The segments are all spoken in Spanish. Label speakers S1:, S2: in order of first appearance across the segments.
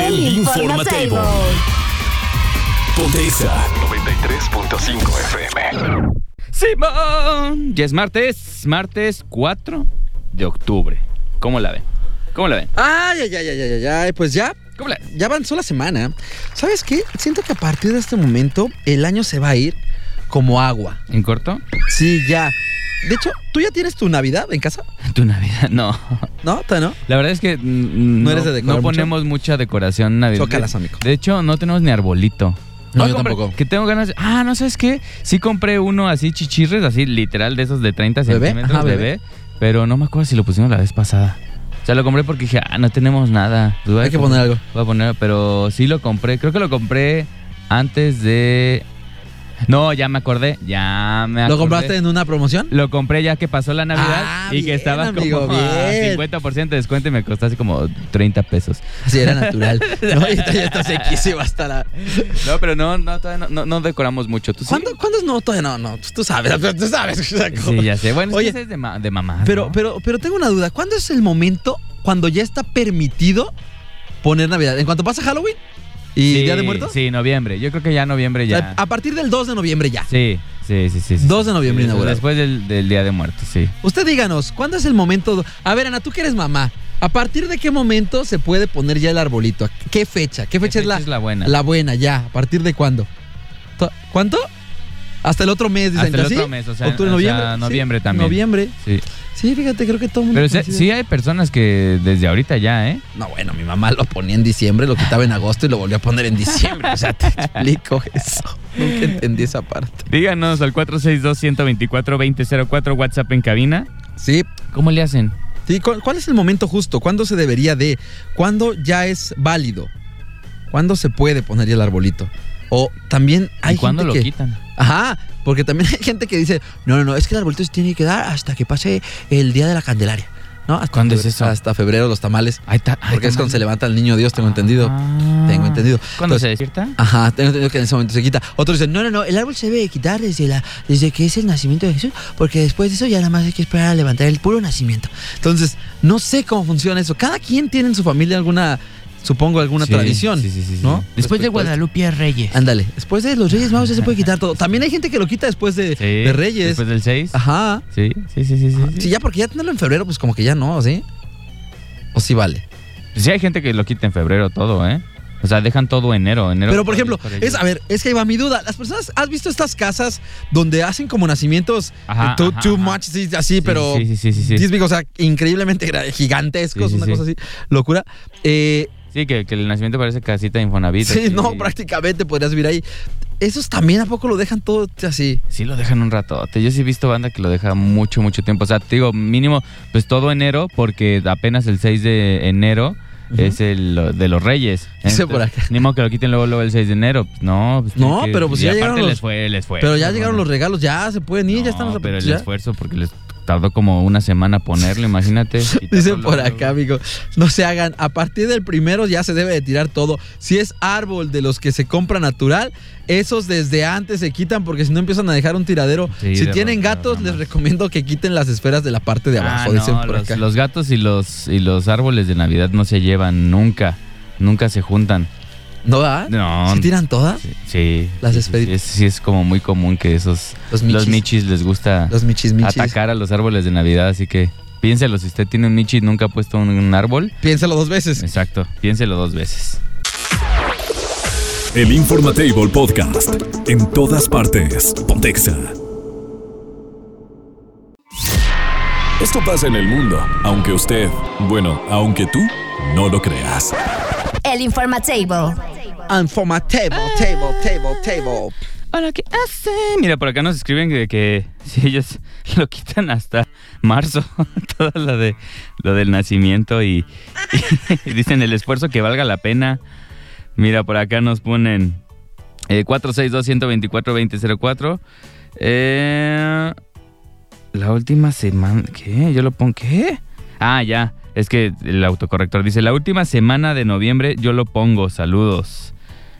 S1: El Informatable. Ponte Exa
S2: 93.5 FM.
S3: Simón. Ya es martes, martes 4 de octubre. ¿Cómo la ven? ¿Cómo la ven?
S4: Ay, ay, ay, ay, ay, ay, ay, pues ya,
S3: ¿Cómo la ven?
S4: ya avanzó la semana. ¿Sabes qué? Siento que a partir de este momento el año se va a ir como agua.
S3: ¿En corto?
S4: Sí, ya. De hecho, ¿tú ya tienes tu Navidad en casa?
S3: Tu Navidad, no.
S4: ¿No? ¿Todavía no?
S3: La verdad es que mm,
S4: ¿No eres de decorar
S3: no
S4: mucho?
S3: ponemos mucha decoración navideña.
S4: Zócalas, amigo.
S3: De hecho, no tenemos ni arbolito.
S4: No,
S3: Hoy
S4: yo
S3: compré-
S4: tampoco.
S3: Que tengo ganas. de- Ah, no sabes qué. Sí compré uno así chichirres, así literal de esos de 30
S4: ¿Bebé?
S3: centímetros
S4: Ajá,
S3: bebé.
S4: bebé.
S3: Pero no me acuerdo si lo pusimos la vez pasada. O sea, lo compré porque dije, ah, no tenemos nada. Pues voy a
S4: Hay que
S3: comprar-
S4: poner algo.
S3: Voy a poner, pero sí lo compré. Creo que lo compré antes de. No, ya me acordé. Ya me acordé.
S4: ¿Lo compraste en una promoción?
S3: Lo compré ya que pasó la Navidad
S4: Ah,
S3: y que
S4: bien,
S3: estaba
S4: amigo,
S3: como a
S4: bien.
S3: 50% de descuento y me costó así como 30 pesos.
S4: Sí, era natural. No, ahorita ya está sequísimo hasta la...
S3: No, pero no, no, todavía no, no, no decoramos mucho. ¿Tú sí?
S4: ¿Cuándo, ¿Cuándo es no? Todavía no, no. Tú sabes, tú sabes.
S3: Sí, ya sé. Bueno,
S4: Oye,
S3: es que ese es de, ma- de mamás,
S4: Pero,
S3: ¿no?
S4: pero, pero tengo una duda. ¿Cuándo es el momento cuando ya está permitido poner Navidad? ¿En cuanto pasa Halloween? ¿Y
S3: Sí,
S4: Día de Muertos?
S3: Sí, noviembre. Yo creo que ya noviembre
S4: O sea,
S3: ya.
S4: A partir del 2 de noviembre ya.
S3: Sí, sí, sí, sí. sí.
S4: 2 de noviembre
S3: Sí,
S4: inaugurado.
S3: Después del, del Día de Muertos, sí.
S4: Usted díganos, ¿cuándo es el momento? do- A ver, Ana, tú que eres mamá, ¿a partir de qué momento se puede poner ya el arbolito? ¿A ¿Qué fecha? ¿Qué fecha,
S3: fecha
S4: es, la,
S3: es la buena?
S4: La buena, ya. ¿A partir de cuándo? To- ¿Cuánto? Hasta el otro mes, dicen
S3: Hasta el
S4: ¿sí?
S3: otro mes, o sea,
S4: Octubre,
S3: o sea,
S4: noviembre. sí,
S3: noviembre también.
S4: Noviembre.
S3: Sí.
S4: Sí, fíjate, creo que todo el mundo.
S3: Pero sí,
S4: coincide.
S3: sí hay personas que desde ahorita ya, ¿eh?
S4: No, bueno, mi mamá lo ponía en diciembre, lo quitaba en agosto y lo volvió a poner en diciembre. O sea, te explico eso. Nunca entendí esa parte.
S3: Díganos al 462-124-2004 WhatsApp en cabina.
S4: Sí,
S3: ¿Cómo le hacen?
S4: sí. ¿cu- ¿Cuál es el momento justo? ¿Cuándo se debería de? ¿Cuándo ya es válido? ¿Cuándo se puede poner ya el arbolito? O también hay
S3: ¿Y cuándo
S4: gente
S3: lo
S4: que-
S3: quitan?
S4: Ajá, porque también hay gente que dice, no, no, no, es que el arbolito se tiene que dar hasta que pase el día de la Candelaria. ¿No? Hasta
S3: ¿Cuándo es
S4: febrero-
S3: eso?
S4: Hasta febrero los tamales.
S3: Ahí está. ay,
S4: Porque es
S3: tamales.
S4: cuando se levanta el niño Dios, tengo entendido.
S3: Ah.
S4: Tengo entendido.
S3: ¿Cuándo
S4: Entonces,
S3: se despierta?
S4: Ajá, tengo entendido que en ese momento se quita. Otros dicen, no, no, no, el árbol se debe quitar desde, la, desde que es el nacimiento de Jesús, porque después de eso ya nada más hay que esperar a levantar el puro nacimiento. Entonces, no sé cómo funciona eso. Cada quien tiene en su familia alguna, supongo, alguna
S3: Sí,
S4: tradición.
S3: sí, sí, sí, sí.
S4: ¿no?
S3: Después de
S4: Respecto a esto.
S3: Guadalupe Reyes.
S4: Ándale, después de los Reyes Magos ya se puede quitar todo. También hay gente que lo quita después de,
S3: Sí,
S4: de Reyes.
S3: Después del 6.
S4: Ajá.
S3: Sí, sí, sí, sí. sí, sí.
S4: Sí, ya porque ya tenerlo en febrero, pues como que ya no, ¿sí? O sí vale.
S3: Sí, hay gente que lo quita en febrero todo, ¿eh? O sea, dejan todo enero, enero.
S4: Pero, por ejemplo,
S3: para ellos.
S4: es, a ver, es que ahí va mi duda. Las personas, ¿has visto estas casas donde hacen como nacimientos
S3: Ajá,
S4: eh, too,
S3: ajá,
S4: too
S3: ajá.
S4: much, sí, así, pero
S3: sí, sí, sí, sí, sí.
S4: sísmicos, o sea, increíblemente gra- gigantescos,
S3: Sí, sí,
S4: una
S3: sí.
S4: cosa así, locura? Eh,
S3: Sí, que, que el nacimiento parece casita de Infonavit.
S4: sí,
S3: así.
S4: no, prácticamente podrías vivir ahí. Esos también, ¿a poco lo dejan todo así?
S3: Sí, lo dejan un ratote. Yo sí he visto banda que lo deja mucho, mucho tiempo. O sea, te digo, mínimo, pues todo enero, porque apenas el 6 de enero
S4: Ujú.
S3: es el lo- de los Reyes.
S4: Dice
S3: Entonces,
S4: por acá.
S3: Ni modo que lo quiten luego, luego el 6 de enero. Pues, no, pues, tiene
S4: No,
S3: que-
S4: pero pues
S3: y
S4: ya
S3: aparte
S4: llegaron los-
S3: les fue, les fue.
S4: pero ya llegaron los regalos, ya se pueden ir,
S3: No,
S4: ya están los
S3: pero el
S4: ya.
S3: esfuerzo, porque les tardó como una semana ponerlo, imagínate.
S4: Dicen
S3: quitarlo
S4: por
S3: luego.
S4: acá, amigo, no se hagan. A partir del primero ya se debe de tirar todo. Si es árbol de los que se compra natural, esos desde antes se quitan porque si no empiezan a dejar un tiradero.
S3: Sí,
S4: si
S3: de
S4: tienen
S3: verdad,
S4: gatos,
S3: nada
S4: les
S3: más.
S4: recomiendo que quiten las esferas de la parte de abajo.
S3: Ah,
S4: dicen
S3: no,
S4: por
S3: los,
S4: acá.
S3: los gatos y los, y los árboles de Navidad no se llevan nunca. Nunca se juntan.
S4: ¿No da?
S3: No.
S4: ¿Se Ah, tiran todas?
S3: Sí, sí.
S4: Las
S3: sí,
S4: despedí.
S3: sí, es, sí, es como muy común que esos
S4: Los
S3: los
S4: michis.
S3: michis les gusta
S4: Los michis, michis.
S3: atacar a los árboles de Navidad, así que piénselo si usted tiene un michi y nunca ha puesto un, un árbol.
S4: Piénsalo dos veces.
S3: Exacto, piénselo dos veces.
S1: El Informatable Podcast en todas partes. Pontexa. Esto pasa en el mundo, aunque usted, bueno, aunque tú no lo creas.
S5: El Informatable.
S4: Informa table, table, table, table.
S3: Hola, ¿qué hace? Mira, por acá nos escriben que, que si ellos lo quitan hasta marzo, todo lo, de, lo del nacimiento y, y dicen el esfuerzo que valga la pena. Mira, por acá nos ponen eh, 462-124-2004. Eh, la última semana, ¿qué? Yo lo pongo, ¿qué? Ah, ya, es que el autocorrector dice, la última semana de noviembre yo lo pongo, saludos.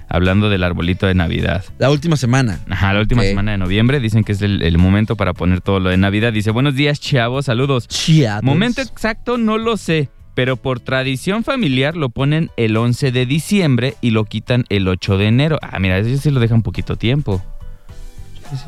S3: Hablando del arbolito de Navidad.
S4: La última semana.
S3: Ajá, la última
S4: Ok.
S3: semana de noviembre. Dicen que es el, el momento para poner todo lo de Navidad. Dice, buenos días, chavos, saludos.
S4: Chiados.
S3: Momento exacto no lo sé, pero por tradición familiar lo ponen el 11 de diciembre y lo quitan el 8 de enero. Ah, mira, ellos sí lo dejan poquito tiempo.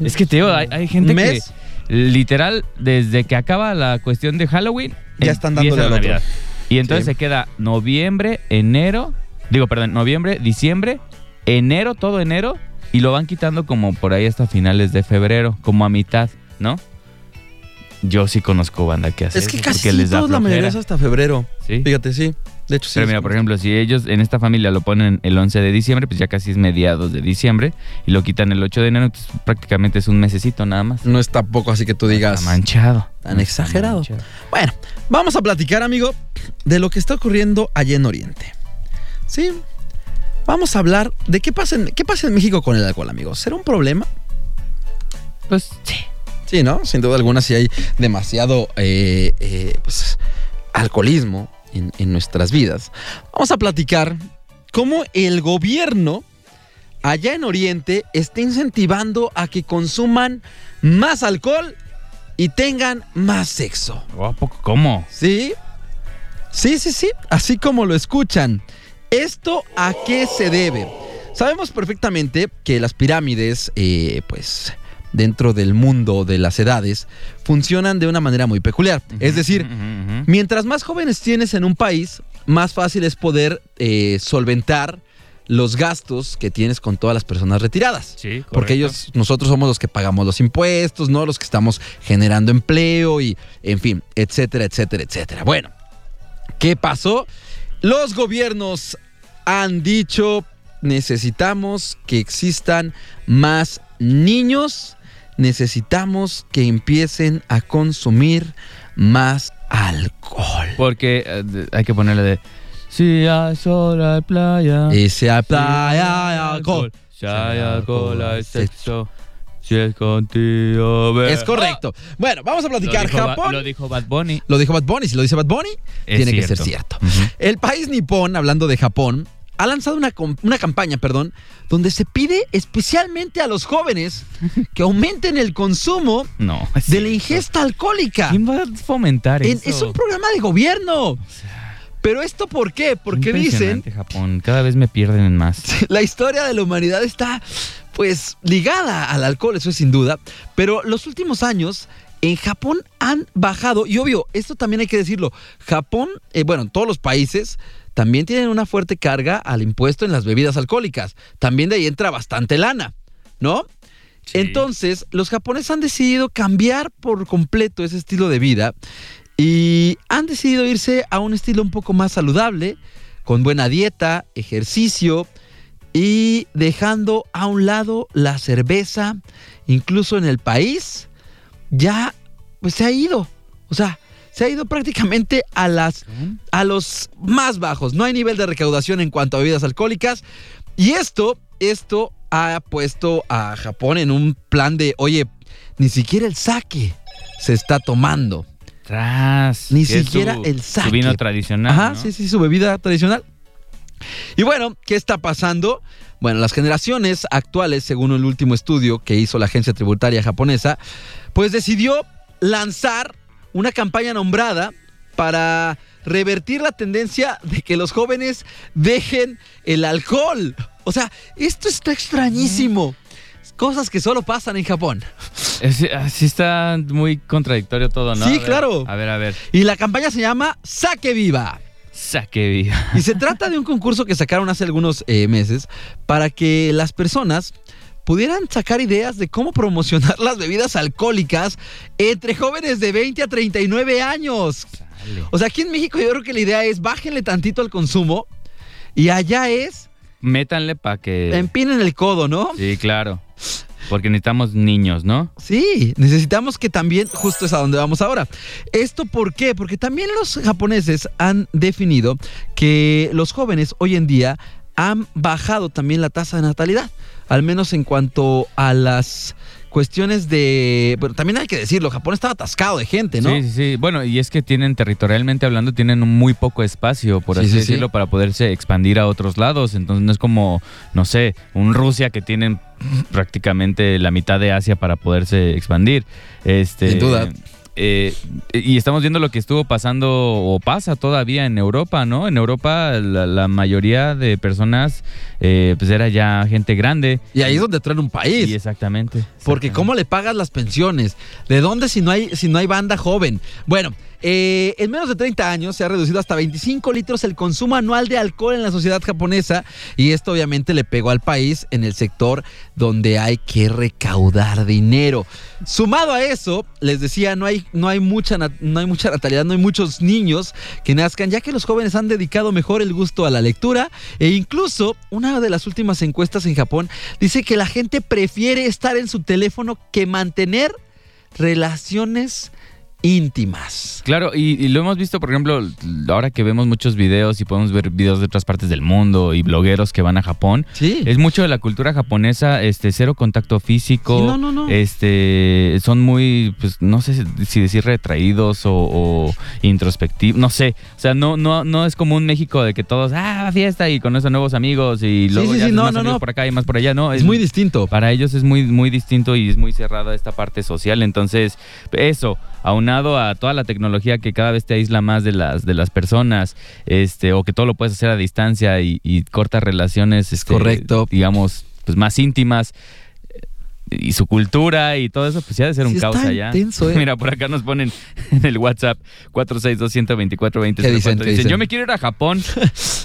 S3: Es que, tío, hay, hay gente
S4: ¿Mes?
S3: que literal, desde que acaba la cuestión de Halloween,
S4: Ya están
S3: empieza
S4: dándole
S3: la
S4: al otro.
S3: Navidad. Y entonces
S4: Sí.
S3: se queda noviembre, enero, digo, perdón, noviembre, diciembre, enero, todo enero, y lo van quitando como por ahí hasta finales de febrero, como a mitad, ¿no? Yo sí conozco banda que hace
S4: Es que
S3: eso, porque
S4: casi
S3: les da
S4: todos la mayoría es
S3: flojera.
S4: hasta febrero.
S3: Sí.
S4: Fíjate, sí. De hecho, sí.
S3: Pero mira, por ejemplo, si ellos en esta familia lo ponen el 11 de diciembre, pues ya casi es mediados de diciembre, y lo quitan el 8 de enero, entonces prácticamente es un mesecito nada más.
S4: No es tampoco así que tú digas.
S3: Está manchado.
S4: Tan exagerado.
S3: Manchado.
S4: Bueno, vamos a platicar, amigo, de lo que está ocurriendo allá en Oriente. Sí. Vamos a hablar de qué pasa en, qué pasa en México con el alcohol, amigo. ¿Será un problema?
S3: Pues sí.
S4: Sí, ¿no? Sin duda alguna, si hay demasiado eh, eh, pues, alcoholismo en, en nuestras vidas. Vamos a platicar cómo el gobierno allá en Oriente está incentivando a que consuman más alcohol y tengan más sexo.
S3: ¿O a poco cómo?
S4: Sí, sí, sí, sí, así como lo escuchan. ¿Esto a qué se debe? Sabemos perfectamente que las pirámides, eh, pues, dentro del mundo de las edades, funcionan de una manera muy peculiar. Es decir,
S3: Ujú, ujú.
S4: Mientras más jóvenes tienes en un país, más fácil es poder eh, solventar los gastos que tienes con todas las personas retiradas.
S3: Sí, correcto.
S4: Porque ellos, nosotros somos los que pagamos los impuestos, ¿no? Los que estamos generando empleo y, en fin, etcétera, etcétera, etcétera. Bueno, ¿qué pasó? Los gobiernos han dicho, necesitamos que existan más niños, necesitamos que empiecen a consumir más alcohol.
S3: Porque eh, de- hay que ponerle de. Si hay sol, hay playa.
S4: Y se
S3: Si
S4: aplaya alcohol.
S3: Si hay alcohol, hay sexo. Si es contigo, ve-
S4: Es correcto. Bueno, vamos a
S3: Ah. Lo
S4: platicar
S3: dijo Ba-
S4: Japón.
S3: Lo dijo Bad Bunny.
S4: Lo dijo Bad Bunny, si lo dice Bad Bunny,
S3: Es
S4: tiene que ser
S3: cierto.
S4: cierto.
S3: Ujú.
S4: El país nipón, hablando de Japón, ha lanzado una, com- una campaña, perdón, donde se pide especialmente a los jóvenes que aumenten el consumo
S3: No. es
S4: de la
S3: cierto.
S4: ingesta alcoholica.
S3: ¿Quién va a fomentar
S4: En-
S3: eso?
S4: es un programa de gobierno. Pero esto por qué? Porque dicen
S3: Impresionante, Japón. Cada vez me pierden en más.
S4: la historia de la humanidad está pues ligada al alcohol, eso es sin duda, pero los últimos años en Japón han bajado, y obvio, esto también hay que decirlo, Japón, eh, bueno, todos los países también tienen una fuerte carga al impuesto en las bebidas alcohólicas, también de ahí entra bastante lana, ¿no?
S3: Sí.
S4: Entonces, los japoneses han decidido cambiar por completo ese estilo de vida y han decidido irse a un estilo un poco más saludable, con buena dieta, ejercicio y dejando a un lado la cerveza, incluso en el país, ya pues se ha ido. O sea, se ha ido prácticamente a las a los más bajos. No hay nivel de recaudación en cuanto a bebidas alcohólicas. Y esto, esto ha puesto a Japón en un plan de, oye, ni siquiera el sake se está tomando.
S3: Tras.
S4: Ni
S3: que es
S4: siquiera
S3: su-
S4: el
S3: Su
S4: sake.
S3: vino tradicional.
S4: Ajá,
S3: ¿no?
S4: sí, sí, su bebida tradicional. Y bueno, ¿qué está pasando? Bueno, las generaciones actuales, según el último estudio que hizo la agencia tributaria japonesa, pues decidió lanzar una campaña nombrada para revertir la tendencia de que los jóvenes dejen el alcohol. O sea, esto está extrañísimo. Cosas que solo pasan en Japón.
S3: Es- así está muy contradictorio todo, ¿no?
S4: Sí,
S3: A ver,
S4: claro.
S3: A ver, a ver.
S4: Y la campaña se llama Saque Viva.
S3: Saque vida.
S4: Y se trata de un concurso que sacaron hace algunos eh, meses para que las personas pudieran sacar ideas de cómo promocionar las bebidas alcohólicas entre jóvenes de 20 a 39 años. O sea, aquí en México yo creo que la idea es bájenle tantito al consumo y allá es
S3: métanle para que...
S4: Empinen el codo, ¿no?
S3: Sí, claro. Porque necesitamos niños, ¿no?
S4: Sí, necesitamos que también, justo es a donde vamos ahora. ¿Esto por qué? Porque también los japoneses han definido que los jóvenes hoy en día han bajado también la tasa de natalidad, al menos en cuanto a las cuestiones de... Pero también hay que decirlo, Japón estaba atascado de gente, ¿no?
S3: Sí, sí, sí. Bueno, y es que tienen, territorialmente hablando, tienen un muy poco espacio, por
S4: Sí,
S3: así
S4: sí, sí.
S3: decirlo, para poderse expandir a otros lados. Entonces no es como, no sé, un Rusia que tienen prácticamente la mitad de Asia para poderse expandir. Este,
S4: Sin duda.
S3: eh, y estamos viendo lo que estuvo pasando o pasa todavía en Europa, ¿no? En Europa la, la mayoría de personas eh, pues era ya gente grande.
S4: Y ahí es donde traen un país.
S3: Sí, exactamente.
S4: Porque
S3: exactamente.
S4: ¿cómo le pagas las pensiones? ¿De dónde si no hay, si no hay banda joven? Bueno, eh, en menos de 30 años se ha reducido hasta 25 litros el consumo anual de alcohol en la sociedad japonesa y esto obviamente le pegó al país en el sector donde hay que recaudar dinero. Sumado a eso, les decía, no hay, no hay, mucha, nat- no hay mucha natalidad, no hay muchos niños que nazcan, ya que los jóvenes han dedicado mejor el gusto a la lectura e incluso una de las últimas encuestas en Japón dice que la gente prefiere estar en su teléfono que mantener relaciones íntimas.
S3: Claro, y, y lo hemos visto, por ejemplo, ahora que vemos muchos videos y podemos ver videos de otras partes del mundo y blogueros que van a Japón,
S4: Sí.
S3: es mucho de la cultura japonesa, este, cero contacto físico,
S4: Sí, no, no, no.
S3: este, son muy, pues, no sé si decir retraídos o, o introspectivos, no sé, o sea, no, no, no es como un México de que todos, ah, fiesta y conoces a nuevos amigos
S4: Sí,
S3: y luego
S4: sí, sí,
S3: ya haces
S4: no,
S3: más
S4: no,
S3: amigos
S4: no.
S3: por acá y más por allá, no,
S4: es muy distinto.
S3: para ellos es muy, muy distinto y es muy cerrada esta parte social. Entonces, eso, aunado a toda la tecnología que cada vez te aísla más de las, de las personas, este, o que todo lo puedes hacer a distancia y, y cortas relaciones, este,
S4: correcto.
S3: digamos, pues más íntimas. eh, Y su cultura y todo eso, pues ya ha de ser un
S4: Sí, está
S3: caos allá.
S4: intenso, ¿eh?
S3: Mira, por acá nos ponen en el WhatsApp 462-124-20.
S4: ¿Qué dicen? ¿Qué dicen?
S3: Yo me quiero ir a Japón.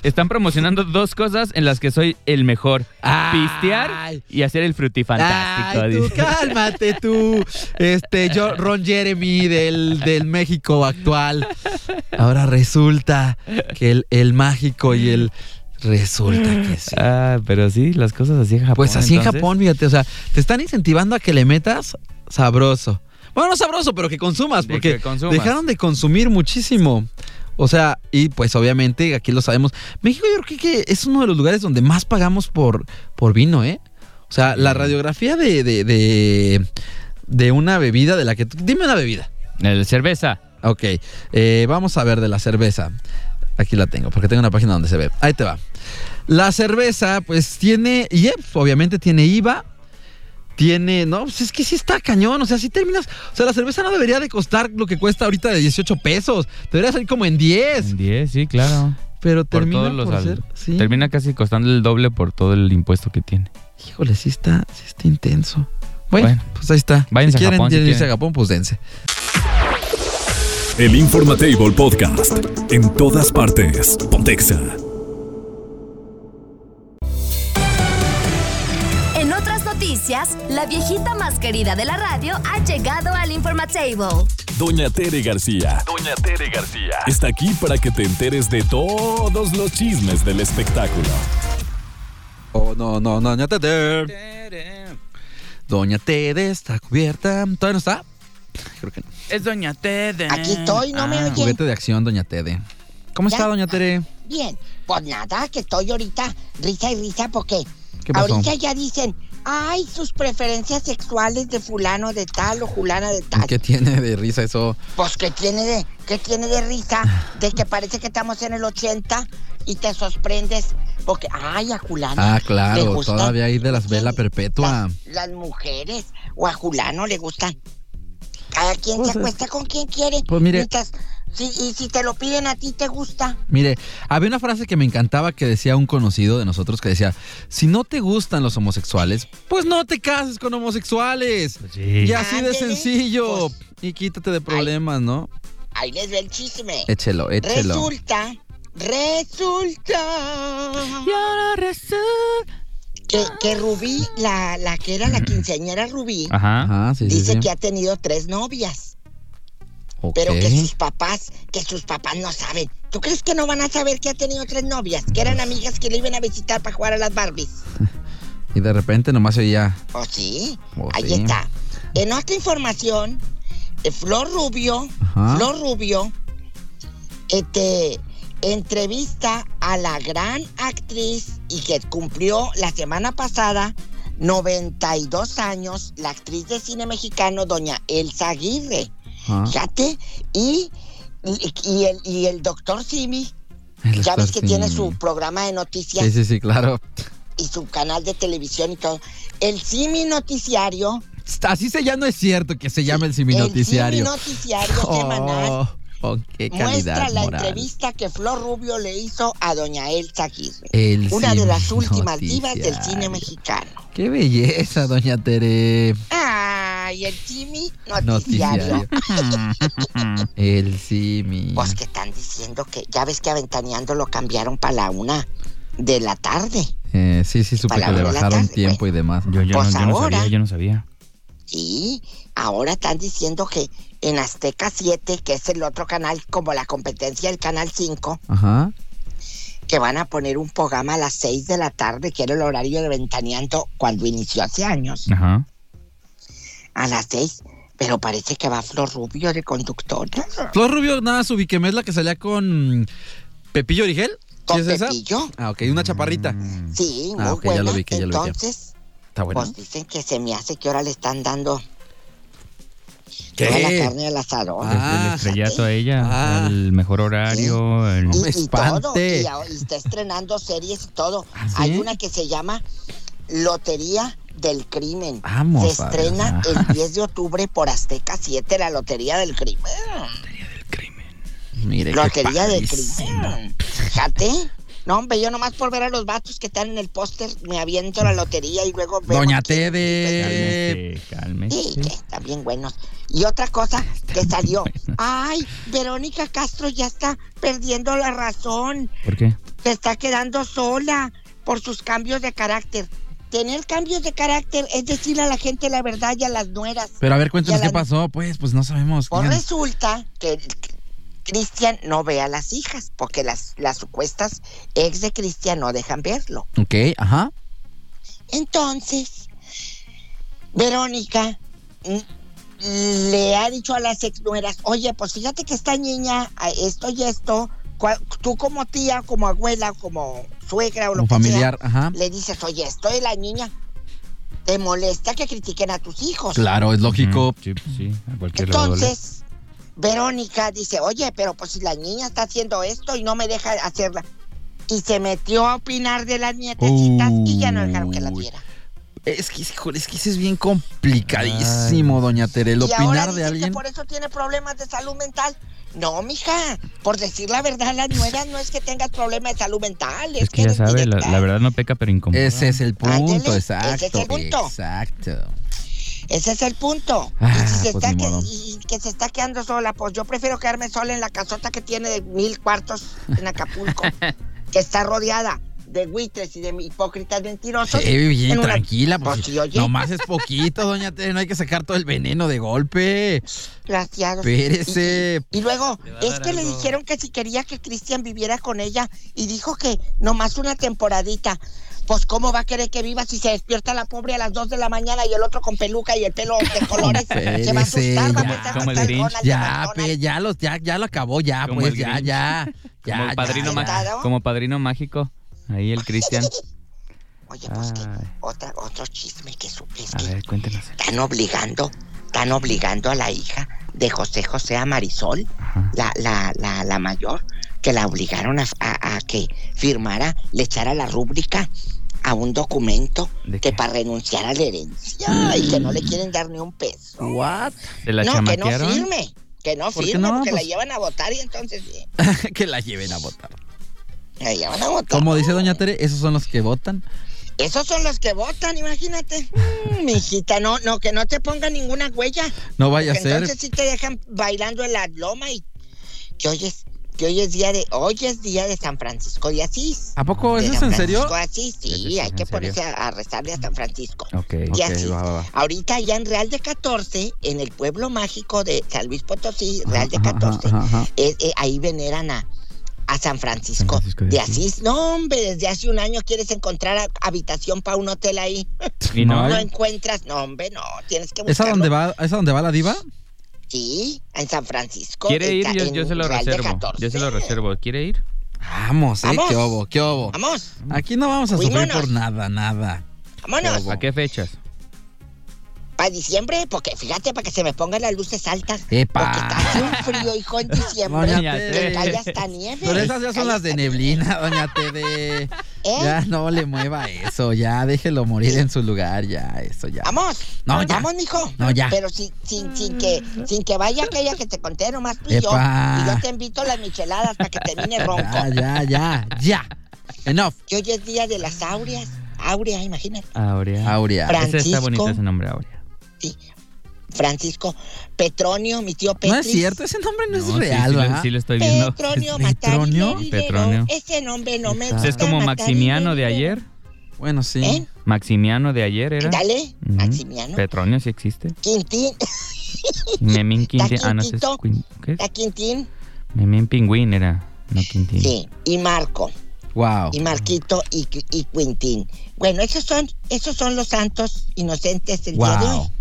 S3: Están promocionando dos cosas en las que soy el mejor.
S4: Ay.
S3: Pistear y hacer el frutifantástico.
S4: Ay, tú,
S3: dice.
S4: cálmate tú. Este, yo, Ron Jeremy del, del México actual. Ahora resulta que el, el mágico y el. Resulta que sí.
S3: Ah, pero sí, las cosas así en Japón.
S4: Pues así en
S3: entonces.
S4: Japón, fíjate, o sea, te están incentivando a que le metas sabroso. Bueno, no sabroso, pero que consumas,
S3: De
S4: porque
S3: que consumas.
S4: dejaron de consumir muchísimo. O sea, y pues obviamente aquí lo sabemos. México yo creo que es uno de los lugares donde más pagamos por, por vino, ¿eh? O sea,
S3: Mm.
S4: la radiografía de, de, de, de una bebida de la que... tú- Dime una bebida.
S3: El cerveza.
S4: Ok, eh, vamos a ver de la cerveza. Aquí la tengo, porque tengo una página donde se ve. Ahí te va. La cerveza, pues tiene, y eh, obviamente tiene IVA, tiene, no, pues es que sí está cañón, o sea, si terminas, o sea, la cerveza no debería de costar lo que cuesta ahorita de 18 pesos, debería salir como en 10,
S3: En 10, sí, claro.
S4: pero
S3: Mm, Por
S4: termina
S3: todos los
S4: por
S3: al-
S4: ser, sí.
S3: Termina casi costando el doble por todo el impuesto que tiene.
S4: Híjole, sí está, sí está intenso. Bueno,
S3: Bueno.
S4: pues ahí está.
S3: Váyanse a
S4: si quieren,
S3: Japón, si
S4: irse
S3: quieren.
S4: a Japón, pues dense.
S1: El Informatable Podcast. En todas partes. Pontexa.
S5: En otras noticias, la viejita más querida de la radio ha llegado al Informatable.
S1: Doña Tere García.
S2: Doña Tere García.
S1: Está aquí para que te enteres de todos los chismes del espectáculo.
S4: Oh, no, no, no, doña Tede. Doña Tede está cubierta. ¿Todavía no está? Creo que no.
S3: Es Doña Tede.
S6: Aquí estoy, no
S3: Ah.
S6: me oyen.
S4: Juguete de acción, Doña Tede. ¿Cómo
S6: Ya.
S4: está, Doña Tere?
S6: Bien, pues nada, que estoy ahorita risa y risa porque
S4: ¿Qué pasó?
S6: ahorita ya dicen, ay, sus preferencias sexuales de fulano de tal o fulana de tal.
S4: ¿Qué tiene de risa eso?
S6: Pues que tiene de, que tiene de risa
S4: Ah.
S6: de que parece que estamos en el 80 y te sorprendes porque, ay, a fulana.
S4: Ah,
S6: le
S4: claro,
S6: gustan
S4: todavía hay de las vela perpetua.
S6: Las, las mujeres o a Julano le gustan. Cada quien
S4: Pues,
S6: se acuesta con quien quiere.
S4: pues, mire.
S6: Mientras- si- y si te lo piden a ti, te gusta.
S4: Mire, había una frase que me encantaba que decía un conocido de nosotros que decía, si no te gustan los homosexuales, pues no te cases con homosexuales.
S3: Pues Sí.
S4: Y así de
S6: Ándele.
S4: sencillo.
S6: Pues-
S4: Y quítate de problemas, ¿no?
S6: Ahí les ve el chisme.
S4: Échelo, échelo.
S6: Resulta, resulta
S3: ahora resulta-
S6: que, que Rubí, la, la que era la quinceañera Rubí,
S3: Ajá.
S4: Ajá, Ah, sí, sí,
S6: dice
S4: sí.
S6: que ha tenido tres novias. Pero que
S4: Ok.
S6: sus papás, que sus papás no saben. ¿Tú crees que no van a saber que ha tenido tres novias, que eran amigas que le iban a visitar para jugar a las Barbies?
S4: Y de repente nomás oía.
S6: ¿O sí?
S4: Oh,
S6: Ahí
S4: sí.
S6: está. En otra información, eh, Flor Rubio,
S4: Ajá.
S6: Flor Rubio, este, entrevista a la gran actriz y que cumplió la semana pasada 92 años, la actriz de cine mexicano, doña Elsa Aguirre.
S4: ah,
S6: Fíjate, y, y, y el, y el doctor Simi,
S4: el
S6: ya ves
S4: doctor
S6: que tiene
S4: Simi.
S6: su programa de noticias
S4: Sí, sí, sí, claro.
S6: y su canal de televisión y todo. El Simi Noticiario,
S4: Así se ya no es cierto que se llama el
S6: El
S4: siminoticiario.
S6: Noticiario semanal
S4: Oh, con qué
S6: muestra
S4: calidad
S6: la
S4: moral.
S6: entrevista que Flor Rubio le hizo a doña Elsa Aguirre,
S4: El
S6: una de las últimas divas
S4: siminoticiario.
S6: del cine mexicano.
S4: Qué belleza, doña Tere.
S6: Ay, el Simi
S4: Noticiario.
S6: noticiario.
S4: El simi.
S6: Pues que están diciendo que ya ves que aventaneando lo cambiaron para la una de la tarde.
S4: Eh, sí, sí, supe que
S6: Palabra
S4: le
S6: de la
S4: bajaron
S6: tarde,
S4: tiempo y demás.
S3: Yo, yo,
S6: Pues
S3: no, yo no
S6: ahora.
S3: sabía, yo no sabía.
S6: Y ahora están diciendo que en Azteca 7, que es el otro canal como la competencia del Canal 5,
S4: Ajá.
S6: que van a poner un programa a las 6 de la tarde, que era el horario de Ventaneando cuando inició hace años,
S3: Ajá.
S6: a las 6. Pero parece que va Flor Rubio de conductora.
S4: Flor Rubio, nada, su que es la que salía con Pepillo Origel. ¿Sí
S6: ¿Con
S4: es esa?
S6: Pepillo?
S4: Ah, ok, una chaparrita.
S6: Sí, muy
S4: Ah, ok, ya
S6: buena.
S4: lo vi, que ya lo vi, ya.
S6: Entonces,
S4: Está buena.
S6: pues dicen que se me hace que ahora le están dando
S4: ¿Qué?
S6: toda la carne al asador.
S3: Desde
S4: Ah.
S3: el estrellato a ella,
S4: Ah.
S3: el mejor horario, el-
S4: No me
S6: y, y todo,
S4: espante.
S6: y, a- y está estrenando series y todo.
S4: ¿Ah, sí?
S6: Hay una que se llama Lotería del Crimen.
S4: Vamos,
S6: se
S4: Fabio.
S6: estrena
S3: Ah.
S6: el 10 de octubre por Azteca 7, la Lotería del Crimen.
S4: Mire, qué
S6: Lotería del
S4: padrísimo.
S6: Crimen. Fíjate. No, hombre, yo nomás por ver a los vatos que están en el póster, me aviento la lotería y luego veo.
S4: Doña
S6: aquí.
S4: Tede.
S3: Cálmese,
S6: Sí,
S3: cálmese.
S6: que están bien buenos. Y otra cosa que salió. Ay, Verónica Castro ya está perdiendo la razón.
S3: ¿Por qué?
S6: se está quedando sola por sus cambios de carácter. Tener cambios de carácter es decir a la gente la verdad y a las nueras.
S4: Pero a ver, cuéntanos
S6: Ya la-
S4: qué pasó, pues, pues no sabemos.
S6: Pues
S4: digan.
S6: resulta que Cristian no ve a las hijas porque las, las supuestas ex de Cristian no dejan verlo.
S4: Ok, ajá.
S6: Entonces, Verónica mm, le ha dicho a las ex nueras, oye, pues fíjate que esta niña, a esto y esto, cua- tú como tía, como abuela, como suegra o lo
S4: Como
S6: que sea,
S4: familiar, ajá.
S6: le dices, oye, esto de la niña, te molesta que critiquen a tus hijos.
S4: Claro, es lógico.
S3: Ujú, Sí, pues sí, a cualquier lado duele.
S6: Entonces, Verónica dice, oye, pero pues si la niña está haciendo esto y no me deja hacerla. Y se metió a opinar de las nietecitas y ya no dejaron que la
S4: Uy.
S6: viera.
S4: Es que, híjole, es que eso es bien complicadísimo, doña Tere. El
S6: y ahora
S4: opinar
S6: dice
S4: de
S6: que
S4: alguien.
S6: por eso tiene problemas de salud mental. No, mija, por decir la verdad, las nueras no es que tengas problemas de salud mental.
S3: Es que ya
S6: eres
S3: sabe, la,
S6: directa.
S3: la verdad no peca, pero incomoda.
S4: Ese es el punto,
S6: Ándele, ese es el
S4: exacto.
S6: punto.
S4: Exacto.
S6: Ese es el punto.
S4: Ah,
S6: y si se
S4: pues
S6: está
S4: ni
S6: que,
S4: modo.
S6: y que se está quedando sola, pues yo prefiero quedarme sola en la casota que tiene de mil cuartos en Acapulco, que está rodeada de buitres y de hipócritas mentirosos.
S4: Sí, bien,
S6: en una-
S4: tranquila, pues,
S6: Pues sí, oye.
S4: nomás es poquito, doña Tere, no hay que sacar todo el veneno de golpe.
S6: Desgraciados.
S4: Espérese.
S6: Y, y luego,
S4: va a
S6: es
S4: dar
S6: que le
S4: algo.
S6: dijeron que si quería que Cristian viviera con ella y dijo que nomás una temporadita. Pues cómo va a querer que viva si se despierta la pobre a las 2 de la mañana y el otro con peluca y el pelo de colores. se va a
S4: Espérese,
S6: asustar, va a
S4: ya.
S6: pensar que
S3: Como el
S6: está el
S3: Grinch.
S6: Ronald de
S4: Ya, pues,
S6: McDonald's.
S4: pe, ya, los, ya, ya lo acabó, ya,
S3: Como
S4: pues,
S3: el
S4: ya,
S3: Grinch.
S4: ya. ya,
S3: como, el padrino
S4: ya,
S3: ma-
S4: ya.
S6: ¿Sentado?
S3: como padrino mágico. Ahí el Cristian.
S6: Oye, pues que
S3: Ay.
S6: otra, otro chisme que supe es
S3: A
S6: que
S3: ver, cuéntenos.
S6: están obligando, están obligando a la hija de José José a Marisol,
S3: Ajá.
S6: la, la, la, la mayor, que la obligaron a, a- a que firmara, le echara la rúbrica a un documento
S3: ¿De
S6: que
S3: qué?
S6: para renunciar a la herencia y que no le quieren dar ni un peso.
S4: What?
S3: ¿Se la
S6: no, que no
S3: chamaquearon?
S6: firme, que no
S4: ¿Por qué
S6: firme,
S4: no?
S6: porque
S4: Pues-
S6: la llevan a votar y entonces sí,
S4: que la lleven a votar.
S6: la llevan a votar.
S4: Como dice doña Tere, esos son los que votan.
S6: Esos son los que votan, imagínate. Mm, mijita, no, no, que no te ponga ninguna huella.
S4: No vaya a
S6: Porque
S4: ser.
S6: Entonces sí te dejan bailando en la loma y que oyes, que hoy es día de hoy es día de San Francisco de Asís.
S4: ¿A poco
S6: De
S4: Oh, eso es
S6: San
S4: en serio?
S6: Francisco de Asís,
S3: ¿Eso
S6: sí,
S3: es
S6: hay
S3: en
S6: que
S3: serio?
S6: ponerse a, a rezarle a San Francisco.
S3: Ok.
S6: Y
S4: Ok,
S6: así.
S4: va, va, va.
S6: Ahorita ya en Real de 14, en el pueblo mágico de San Luis Potosí, Real de
S4: Ajá, ajá,
S6: 14,
S4: ajá, ajá.
S6: eh, eh, ahí veneran a, a San Francisco,
S3: San Francisco de
S6: de
S3: Asís.
S6: Asís. No, hombre, desde hace un año quieres encontrar a- habitación para un hotel ahí.
S3: Y no, ¿eh?
S6: No
S4: Ay.
S6: encuentras, no, hombre, no, tienes que
S4: ¿Es a
S6: buscarlo.
S4: donde va, ¿es a donde va la diva?
S6: Sí, en San Francisco.
S3: quiere
S6: en-
S3: ir, yo,
S6: en
S3: yo se lo
S6: Real de
S3: reservo. Yo se lo
S6: 14.
S3: reservo. ¿Quiere ir?
S4: Vamos, ¿eh?
S6: Vamos.
S4: ¿Qué obo? ¿Qué obo?
S6: Vamos,
S4: Aquí no vamos a sufrir
S6: Fuímonos.
S4: por nada, nada.
S6: vámonos.
S3: ¿A qué fechas?
S6: Para diciembre, porque fíjate, para que se me pongan las luces altas.
S4: ¡Epa!
S6: Porque está hace un frío, hijo, en
S4: Doña
S6: diciembre. Que
S4: Tere.
S6: cae hasta nieve.
S4: Pero esas ya son
S6: Cae
S4: las de
S6: hasta-
S4: neblina, doña Tede.
S6: ¿Eh?
S4: Ya no le mueva eso, ya déjelo morir en su lugar, ya, eso ya.
S6: Vamos.
S4: No, ya.
S6: Vamos, mijo.
S4: No, ya.
S6: Pero sin, sin, sin, que, sin que vaya aquella que te conté nomás tú y yo.
S4: Epa.
S6: Y yo te invito las micheladas para que termine ronco.
S4: Ya, ya, ya, ya. Enough,
S6: Que hoy es día de las aureas. Aurea, imagínate.
S3: Aurea.
S4: Aurea.
S3: Ah, Ese está
S6: Francisco.
S3: bonito ese nombre, Aurea.
S6: Sí. Francisco Petronio, mi tío Petris.
S4: No es cierto, ese nombre no, es
S3: sí,
S4: real,
S3: sí, lo-
S4: ¿verdad?
S3: Sí, lo estoy viendo.
S6: Petronio,
S4: ¿Petronio?
S6: Petronio.
S3: Petronio.
S6: Ese nombre no me
S4: Pues
S6: gusta.
S3: Es como
S6: matar y
S3: Maximiano de
S6: dinero.
S3: ayer.
S4: Bueno, sí.
S6: ¿Eh?
S3: Maximiano de ayer era.
S6: Dale,
S3: Ujú.
S6: Maximiano.
S3: Petronio sí existe.
S6: Quintín,
S3: Memín Quintín. Ah, no, ese es
S6: Taquitito.
S3: Quin- ¿qué es?
S6: la Quintín,
S3: Memín Pingüín era. No Quintín.
S6: sí, y Marco,
S4: Wow.
S6: y Marquito y, y Quintín. Bueno, esos son, esos son los santos inocentes del día de hoy.
S4: Wow.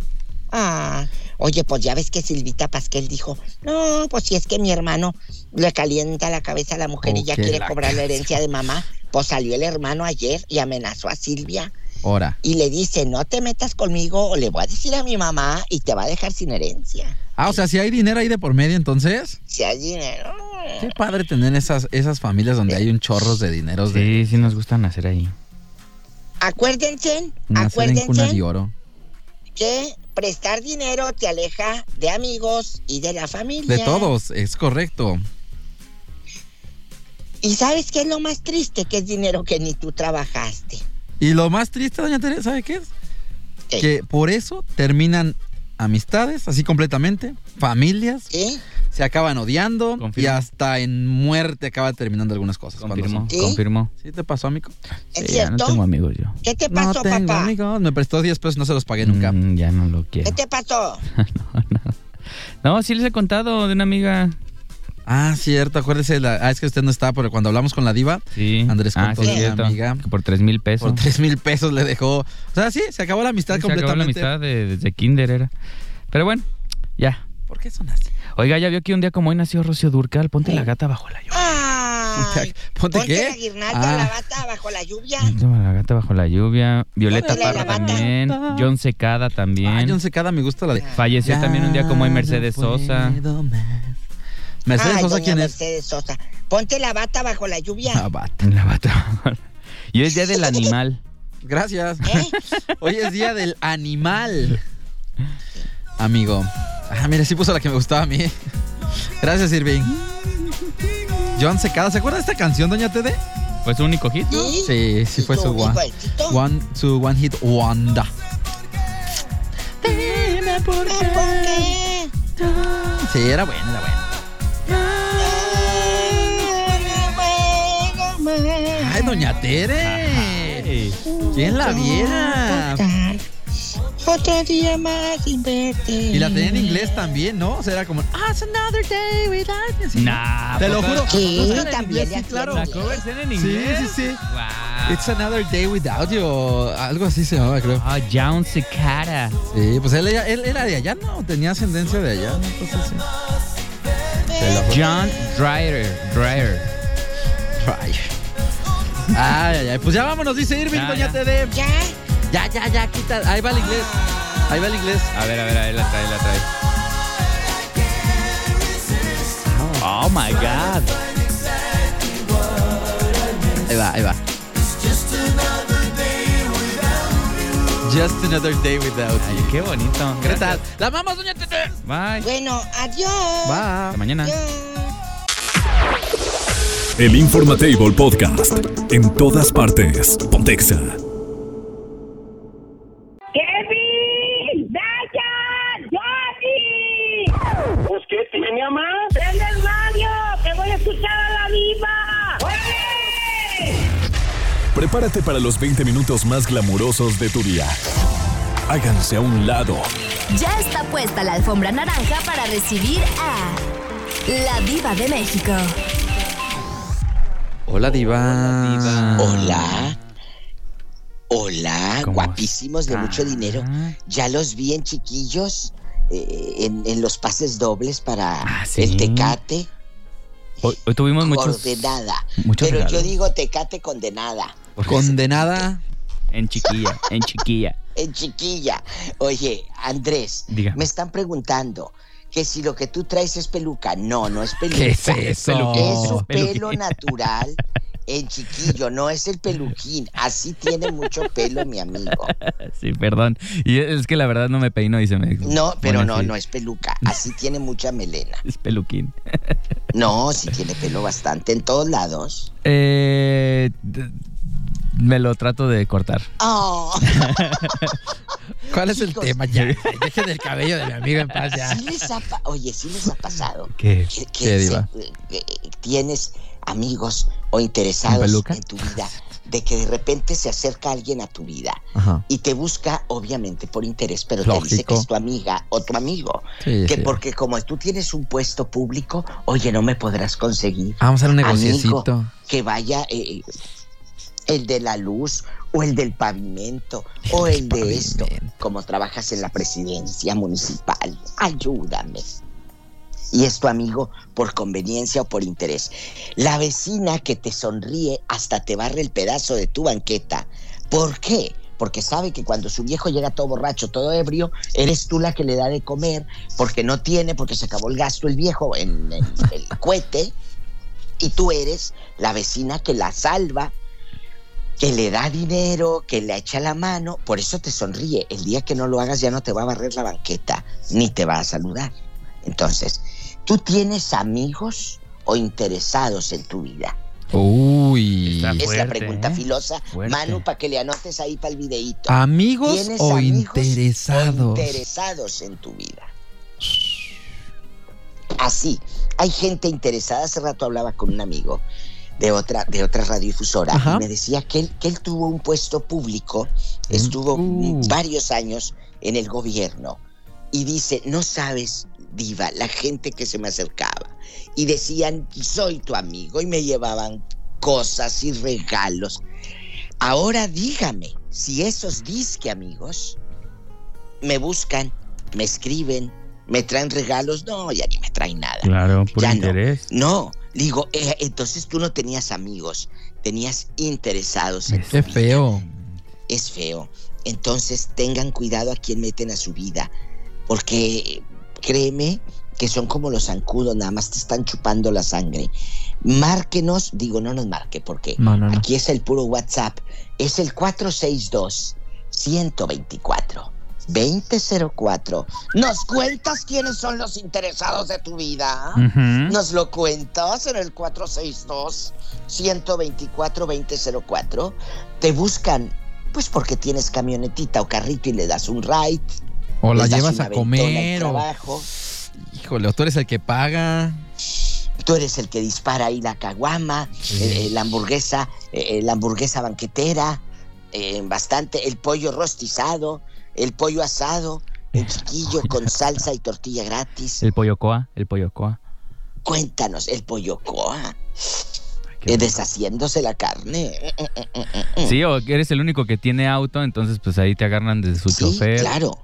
S6: Ah, oye, pues ya ves que Silvita Pasquel dijo, no, pues si es que mi hermano le calienta la cabeza a la mujer y ya
S4: Ok,
S6: quiere
S4: la
S6: cobrar la herencia de mamá, pues salió el hermano ayer y amenazó a Silvia
S4: Ahora.
S6: y le dice, no te metas conmigo o le voy a decir a mi mamá y te va a dejar sin herencia.
S4: Ah, o sea, si hay dinero ahí de por medio, entonces.
S6: Si hay dinero...
S4: Qué padre tener esas, esas familias donde hay un chorros de dineros de
S3: Sí, sí nos gustan hacer ahí.
S6: Acuérdense,
S4: nacer en cuna de
S6: acuérdense
S4: oro.
S6: que prestar dinero te aleja de amigos y de la familia.
S4: De todos, es correcto.
S6: ¿Y sabes qué es lo más triste? Que es dinero que ni tú trabajaste.
S4: Y lo más triste, doña Teresa, ¿sabe qué es?
S6: ¿Qué?
S4: Que por eso terminan amistades, así completamente, familias,
S6: ¿Sí?
S4: se acaban odiando
S3: Confirmo.
S4: y hasta en muerte acaban terminando algunas cosas. cuando
S3: Confirmó,
S6: ¿Sí?
S3: confirmó.
S4: son- ¿Sí te pasó, amigo?
S6: ¿Es
S3: Sí, ya no
S6: cierto?
S3: tengo amigos yo.
S6: ¿Qué te pasó,
S4: no tengo
S6: papá?
S4: amigos, me prestó 10 pesos, no se los pagué nunca.
S3: Mm, ya no lo quiero.
S6: ¿Qué te pasó?
S3: No, sí les he contado de una amiga.
S4: Ah, cierto, acuérdese, la- ah, es que usted no está, pero cuando hablamos con la diva,
S3: Sí.
S4: Andrés
S3: ah,
S4: contó
S3: sí,
S4: de una
S3: cierto.
S4: amiga.
S3: Que Por tres mil pesos.
S4: por 3 mil pesos le dejó. O sea, sí, se acabó la amistad
S3: Sí, se acabó la
S4: completamente.
S3: amistad de- desde kinder era. Pero bueno, ya.
S4: ¿Por qué son así?
S3: Oiga, ya vio que un día como hoy nació Rocío Durcal. Ponte la gata bajo la lluvia.
S6: Ay,
S4: Ponte, ponte qué?
S6: la guirnalda, la
S4: Ah.
S6: bata bajo la lluvia.
S3: Ponte la gata bajo la lluvia. Violeta
S6: Ponte la
S3: Parra
S6: gata.
S3: también. John Secada también.
S4: Ah, John Secada me gusta la de.
S3: Falleció
S4: Ya
S3: también un día como hoy Mercedes
S4: no
S3: Sosa.
S4: puedo más. Mercedes
S6: Ay,
S4: Sosa,
S6: doña
S4: ¿quién es?
S6: Mercedes Sosa. Ponte la bata bajo la lluvia.
S4: Ah, vato.
S3: La bata. Y es día del animal.
S4: Gracias.
S6: ¿Eh?
S4: Hoy es día del animal. Amigo. Ah, mira, sí puso la que me gustaba a mí. Gracias, Irving. John Secada, ¿se acuerda de esta canción, Doña Tede?
S3: Fue su único hit. ¿no?
S6: ¿Sí?
S4: Sí, sí
S6: ¿Y
S4: fue
S6: tu
S4: su
S6: amigo
S4: one,
S6: el Tito?
S4: one, su one hit Wanda. Dime por
S6: Ay, ¿Por qué?
S4: Sí, era buena, era buena. Ay, Doña Tere.
S3: Ey,
S4: ¿Quién la viera?
S6: Otro día más sin verte.
S4: Y la tenía en inglés también, ¿no? O sea, era como, ah, it's another day without you. Sí.
S3: Nah.
S4: Te lo
S3: poca-
S4: juro.
S6: Sí,
S4: buscan en
S6: también
S4: inglés, sí,
S6: la
S4: claro.
S3: La
S6: tiene.
S3: cover era en
S4: Sí,
S3: inglés.
S4: sí, sí.
S3: Wow.
S4: It's another day without you. o Algo así se llamaba, creo.
S3: Ah, John Secada.
S4: Sí, pues él, era- él era de allá, ¿no? Tenía ascendencia de allá. ¿no? Entonces, sí. Se lo juro.
S3: John Dryer. Dryer.
S4: Ay, ay, ay. Pues ya vámonos, dice Irving,
S3: Ya,
S4: Doña
S3: ya.
S4: Tere.
S6: Ya,
S4: Ya, ya, ya, quita. Ahí va el inglés. Ahí va el inglés.
S3: A ver, a ver, a ver, la trae, la trae. Oh my god.
S4: Ahí va, ahí va. Just another day without you.
S3: Qué bonito.
S4: ¿Qué tal? ¡La amamos, Doña Tere!
S3: Bye.
S6: bueno, adiós.
S4: Va.
S3: Hasta mañana.
S6: Adiós.
S1: El Informatable Podcast. En todas partes. Pontexa.
S7: ¡Kevin! ¡Dayan! ¡Johnny! ¿Pues qué tiene, mamá? ¡Prende el radio! ¡Te voy a escuchar
S1: Prepárate para los 20 minutos más glamurosos de tu día. Háganse a un lado.
S5: Ya está puesta la alfombra naranja para recibir a la diva de México.
S8: Hola, Diva.
S6: Hola. Hola,
S3: ¿Cómo
S6: guapísimos de mucho dinero. Ya los vi en chiquillos, eh, en, en los pases dobles para
S3: Ah, sí.
S6: el Tecate.
S3: Hoy, hoy tuvimos muchos.
S6: Ordenada.
S3: muchos
S6: Pero yo
S3: regalos.
S6: digo Tecate condenada.
S3: Porque-
S8: Condenada.
S3: En chiquilla, en chiquilla.
S6: En chiquilla. Oye, Andrés,
S3: Diga.
S6: me están preguntando que si lo que tú traes es peluca. No, no es peluca.
S8: ¿Qué es eso?
S3: Peluquín.
S6: Es un
S3: Peluquín.
S6: pelo natural en chiquillo, no es el peluquín. Así tiene mucho pelo, mi amigo.
S3: Sí, perdón. Y es que la verdad no me peino y se me.
S6: No, pero
S3: pone
S6: no,
S3: así.
S6: no es peluca. Así tiene mucha melena.
S3: Es peluquín.
S6: No, sí tiene pelo bastante en todos lados.
S3: Eh, d- me lo trato de cortar.
S6: Oh,
S8: ¿Cuál es el
S6: Chicos.
S8: tema? Ya, dejen el cabello de mi amigo en paz ya.
S6: sí les ha pa- Oye, sí les ha pasado.
S3: ¿Qué?
S6: que, que
S8: ¿Qué, diva?
S6: se- eh, eh, tienes amigos o interesados
S3: ¿En peluca?
S6: en tu vida, de que de repente se acerca alguien a tu vida
S8: Ajá.
S6: y te busca, obviamente, por interés, pero te dice
S8: Lógico.
S6: que es tu amiga o tu amigo.
S8: Sí,
S6: que
S8: sí.
S6: porque como tú tienes un puesto público, oye, no me podrás conseguir
S8: Vamos a hacer Ah, un
S6: Amigo.
S8: negociecito.
S6: que vaya eh, el de la luz o el del pavimento o el de esto,
S8: pavimento.
S6: como trabajas en la presidencia municipal. Ayúdame. Y es tu amigo por conveniencia o por interés. La vecina que te sonríe hasta te barre el pedazo de tu banqueta. ¿Por qué? Porque sabe que cuando su viejo llega todo borracho, todo ebrio, eres tú la que le da de comer, porque no tiene, porque se acabó el gasto el viejo en el, el cohete, y tú eres la vecina que la salva, que le da dinero, que le echa la mano, por eso te sonríe. El día que no lo hagas ya no te va a barrer la banqueta, ni te va a saludar. Entonces, tú tienes amigos o interesados en tu vida.
S8: Uy.
S3: Está
S6: Es la
S3: Fuerte,
S6: pregunta
S3: ¿eh?
S6: filosa.
S3: Fuerte.
S6: Manu, para que le anotes ahí para el videíto.
S8: ¿Amigos
S6: ¿Tienes
S8: o
S6: amigos
S8: interesados?
S6: interesados en tu vida. Así, hay gente interesada. Hace rato hablaba con un amigo de otra, de otra radiodifusora
S8: Ajá.
S6: y me decía que él, que él tuvo un puesto público, estuvo
S8: Uh.
S6: varios años en el gobierno y dice, no sabes, diva, la gente que se me acercaba y decían, soy tu amigo y me llevaban cosas y regalos. Ahora dígame si esos disque amigos me buscan, me escriben, me traen regalos. No, ya ni me traen nada.
S3: Claro, por
S6: Ya no.
S3: interés.
S6: No, digo, eh, entonces tú no tenías amigos, tenías interesados. en tu
S8: Qué
S6: vida.
S8: feo.
S6: Es feo. Entonces tengan cuidado a quien meten a su vida, porque créeme que son como los zancudos, nada más te están chupando la sangre. Márquenos, digo, no nos marque, porque
S8: No, no, no.
S6: aquí es el puro WhatsApp, es el 462-124. 2004. ¿Nos cuentas quiénes son los interesados de tu vida?
S3: Ujú.
S6: ¿Nos lo cuentas en el 462-124-2004? Te buscan, pues porque tienes camionetita o carrito y le das un ride.
S8: O la
S6: les das
S8: llevas
S6: una
S8: a
S6: aventona al
S8: comer. O...
S6: trabajo.
S8: Híjole, o tú eres el que paga.
S6: Tú eres el que dispara ahí la caguama, eh, eh, la hamburguesa, eh, eh, la hamburguesa banquetera, eh, bastante, el pollo rostizado, el pollo asado, el chiquillo con salsa y tortilla gratis.
S3: El pollo coa, el pollo coa.
S6: Cuéntanos, el pollo coa,
S3: Ay,
S6: eh,
S3: qué
S6: deshaciéndose la carne.
S3: rico. Sí, o que eres el único que tiene auto, entonces pues ahí te agarran de su
S6: Sí,
S3: chofer.
S6: claro.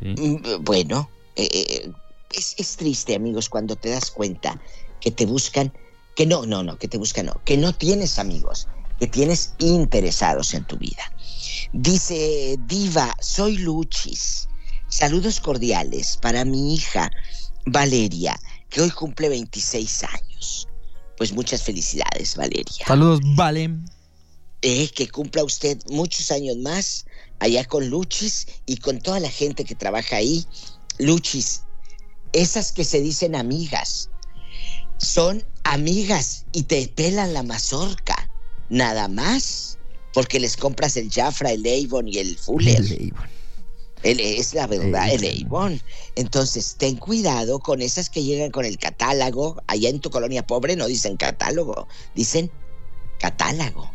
S3: Sí.
S6: Mm, Bueno, eh, eh, es, es triste, amigos, cuando te das cuenta que te buscan, que no, no, no, que te buscan, no, que no tienes amigos, que tienes interesados en tu vida. Dice Diva, soy Luchis. Saludos cordiales para mi hija Valeria, que hoy cumple 26 años. Pues muchas felicidades, Valeria.
S8: Saludos, vale.
S6: Eh, que cumpla usted muchos años más allá con Luchis y con toda la gente que trabaja ahí. Luchis, esas que se dicen amigas, son amigas y te pelan la mazorca, nada más, porque les compras el Jafra, el Avon y el Fuller. El- es la verdad, el Avon. Entonces, ten cuidado con esas que llegan con el catálogo. Allá en tu colonia pobre no dicen catálogo, dicen catálogo.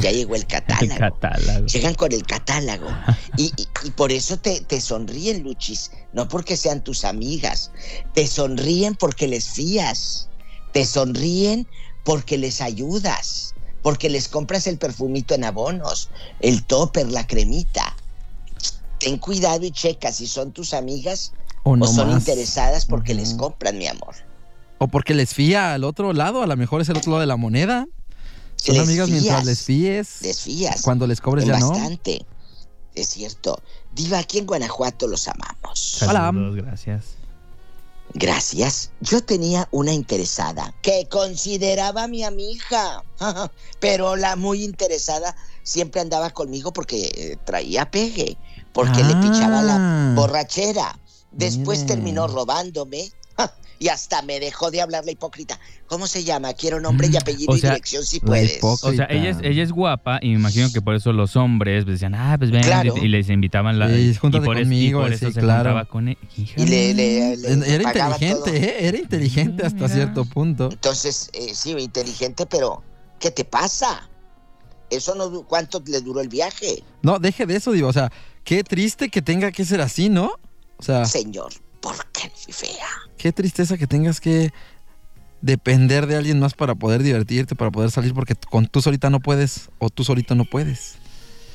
S6: Ya llegó el catálogo.
S3: Catálogo.
S6: Llegan con el catálogo. Y, y- y por eso te, te sonríen, Luchis. No porque sean tus amigas. Te sonríen porque les fías. Te sonríen porque les ayudas. Porque les compras el perfumito en abonos, el topper, la cremita. Ten cuidado y checa si son tus amigas
S4: O no
S6: o son
S4: más.
S6: interesadas porque les
S4: Ujú.
S6: compran, mi amor.
S4: O porque les fía al otro lado, a lo mejor es el otro lado de la moneda. Son
S6: Les
S4: amigas mientras
S6: fías.
S4: les fíes.
S6: Les fías.
S4: Cuando les cobres ya no.
S6: bastante. Es cierto. Diva, aquí en Guanajuato los amamos.
S4: Hola.
S3: Saludos, gracias.
S6: Gracias. Yo tenía una interesada que consideraba mi amiga, pero la muy interesada siempre andaba conmigo porque eh, traía pegue, porque le pichaba
S4: Ah.
S6: la borrachera. Después
S4: Mire.
S6: terminó robándome y hasta me dejó de hablar la hipócrita. ¿Cómo se llama? Quiero nombre y apellido
S3: O
S6: y
S3: sea,
S6: dirección si
S4: Mm, la
S6: puedes.
S4: hipócrita.
S3: O sea, ella es, ella es guapa y me imagino que por eso los hombres pues, decían, ah, pues ven,
S6: Claro.
S3: y les invitaban la...
S4: Sí,
S3: y, por
S4: júntate
S3: es- y
S4: conmigo,
S3: por eso
S4: sí,
S3: se
S4: claro.
S3: juntaba con él. Hija.
S6: Y le, le- le
S4: Era
S6: pagaba todo.
S4: inteligente, ¿eh? Era inteligente hasta
S3: Mira.
S4: cierto punto.
S6: Entonces, eh, sí, inteligente, pero ¿qué te pasa? Eso no, du- ¿cuánto le duró el viaje,
S4: No, deje de eso, digo. O sea, qué triste que tenga que ser así, ¿no? O sea,
S6: señor? ¿Por qué mi fea?
S4: qué tristeza que tengas que depender de alguien más para poder divertirte, para poder salir, porque t- con tú solita no puedes o tú solito no puedes.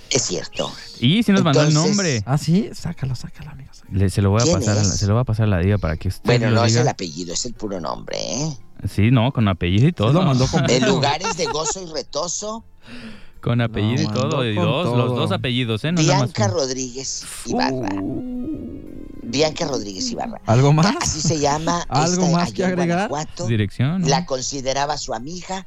S6: Es cierto.
S3: Y si nos mandó el
S6: Entonces-
S3: nombre.
S4: Ah, sí, sácalo, sácalo, amigos.
S3: Le- se, lo voy a
S6: ¿Quién
S3: pasar a la,
S6: es?
S3: se lo voy a pasar a la diva para que usted
S6: Bueno,
S3: lo
S6: no es
S3: diga.
S6: el apellido, es el puro nombre, ¿eh?
S3: Sí, no, con apellido y todo.
S4: lo mandó con-
S6: De lugares de gozo y retoso,
S3: Con apellido y
S4: No,
S3: todo.
S4: mandó
S3: Y
S4: con
S3: dos, los
S4: todo.
S3: dos apellidos, ¿eh? No nada más
S6: Bianca
S3: uno. Uh.
S6: Rodríguez Ibarra. Bianca Rodríguez Ibarra.
S4: ¿Algo más?
S6: Así se llama.
S4: ¿Algo
S6: esta
S4: más
S6: allá
S4: que
S6: en
S4: agregar?
S6: Guanajuato.
S3: Dirección. ¿no?
S6: La consideraba su amiga,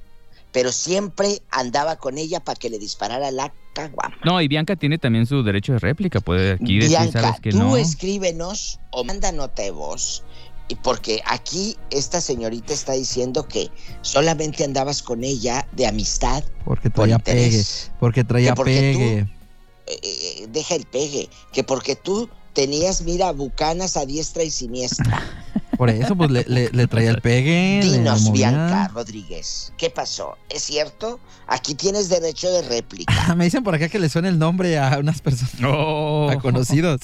S6: pero siempre andaba con ella para que le disparara la caguama.
S3: No, y Bianca tiene también su derecho de réplica. Puede aquí decir,
S6: Bianca,
S3: ¿sabes que
S6: tú
S3: no?
S6: escríbenos o manda nota de voz. Y porque aquí esta señorita está diciendo que solamente andabas con ella de amistad
S4: Porque
S6: por
S4: traía Pues pegue.
S6: interés.
S4: Porque traía
S6: Que porque tú-
S4: pegue.
S6: Eh, eh, deja el pegue, que porque tú tenías, mira, bucanas a diestra y
S4: Ah,
S6: siniestra.
S4: Por eso, pues le, le- le traía el pegue. le
S6: Dinos,
S4: movía.
S6: Bianca Rodríguez, ¿qué pasó? ¿Es cierto? Aquí tienes derecho de réplica.
S4: Ah, Me dicen por acá que le suena el nombre a unas personas,
S3: Oh.
S4: a conocidos.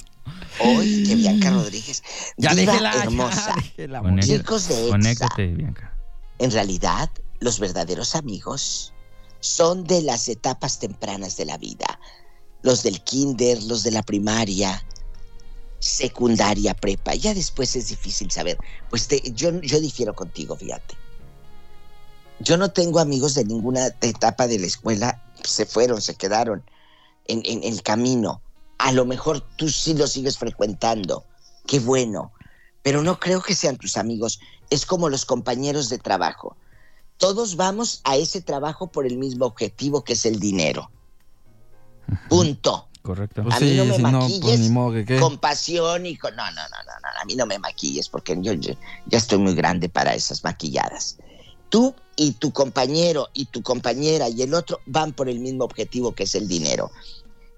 S6: Hoy que Bianca Rodríguez,
S4: Ya
S6: diva
S4: déjela, ya
S6: hermosa,
S4: déjela,
S3: Con
S4: morir.
S3: él.
S6: chicos de Exa,
S3: Conéctate, Bianca.
S6: En realidad, los verdaderos amigos son de las etapas tempranas de la vida. Los del kinder, los de la primaria, secundaria, prepa. Ya después es difícil saber. Pues te- yo, yo difiero contigo, fíjate. Yo no tengo amigos de ninguna etapa de la escuela. Se fueron, se quedaron en, en el camino. A lo mejor tú sí los sigues frecuentando. Qué bueno. Pero no creo que sean tus amigos es como los compañeros de trabajo. Todos vamos a ese trabajo por el mismo objetivo que es el dinero. Punto.
S3: Correcto.
S4: Pues
S6: A mí
S4: sí,
S6: no me
S4: si no,
S6: maquilles
S4: pues ni modo que qué.
S6: Con pasión y con... No, no, no, no, no, a mí no me maquilles porque yo, yo ya estoy muy grande para esas maquilladas. Tú y tu compañero y tu compañera y el otro van por el mismo objetivo que es el dinero.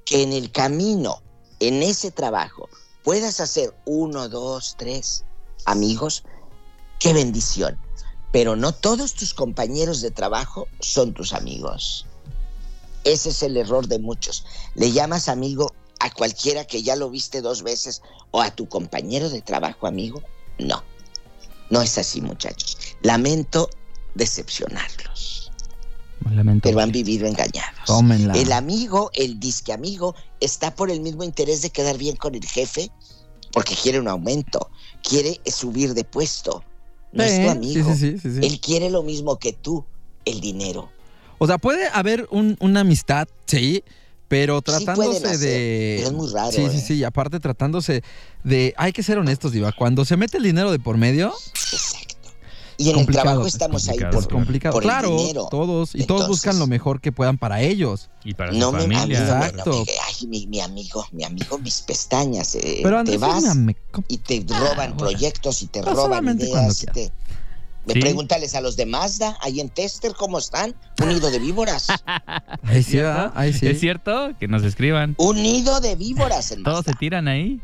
S6: Que en el camino, en ese trabajo, puedas hacer uno, dos, tres amigos, qué bendición. Pero no todos tus compañeros de trabajo son tus amigos. Ese es el error de muchos. Le llamas amigo a cualquiera que ya lo viste dos veces o a tu compañero de trabajo amigo. No, no es así muchachos. Lamento decepcionarlos,
S3: Lamento.
S6: pero han vivido engañados.
S4: Tómenla.
S6: El amigo, el disque amigo, está por el mismo interés de quedar bien con el jefe porque quiere un aumento, quiere subir de puesto. No es tu
S4: Sí,
S6: amigo.
S4: Sí, sí, sí, sí.
S6: Él quiere lo mismo que tú, el dinero.
S4: O sea, puede haber un- una amistad, sí, pero
S6: Sí pueden
S4: tratándose
S6: hacer,
S4: de.
S6: pero es muy raro,
S4: Sí, sí,
S6: ¿eh?
S4: sí. Y aparte, tratándose de. Hay que ser honestos, Diva. Cuando se mete el dinero de por medio,
S6: Exacto. Y en el
S4: Complicado,
S6: trabajo
S4: es
S6: estamos ahí
S3: complicado,
S6: por,
S4: es complicado.
S6: por
S4: claro,
S6: el dinero.
S4: todos. Y todos
S6: Entonces-
S4: buscan lo mejor que puedan para ellos.
S3: Y para
S6: No
S3: su
S6: me a mí no me-
S3: familia.
S6: no me-
S4: Exacto.
S6: ay, mi, mi amigo, mi amigo, mis pestañas. eh,
S4: Pero
S6: te
S4: Andrés,
S6: vas
S4: es una me-
S6: y te roban
S4: bueno.
S6: proyectos y te
S4: Pero
S6: roban
S4: solamente cuando
S6: ideas. y
S4: quieras.
S6: te- Me
S3: Sí.
S6: pregúntales a los de Mazda, ahí en Tester, ¿cómo están? Un nido de víboras.
S4: Ahí sí, ¿verdad? Ahí sí.
S3: ¿Es cierto? Que nos escriban.
S6: Un nido de víboras en
S3: Todos se
S6: Mazda.
S3: tiran ahí.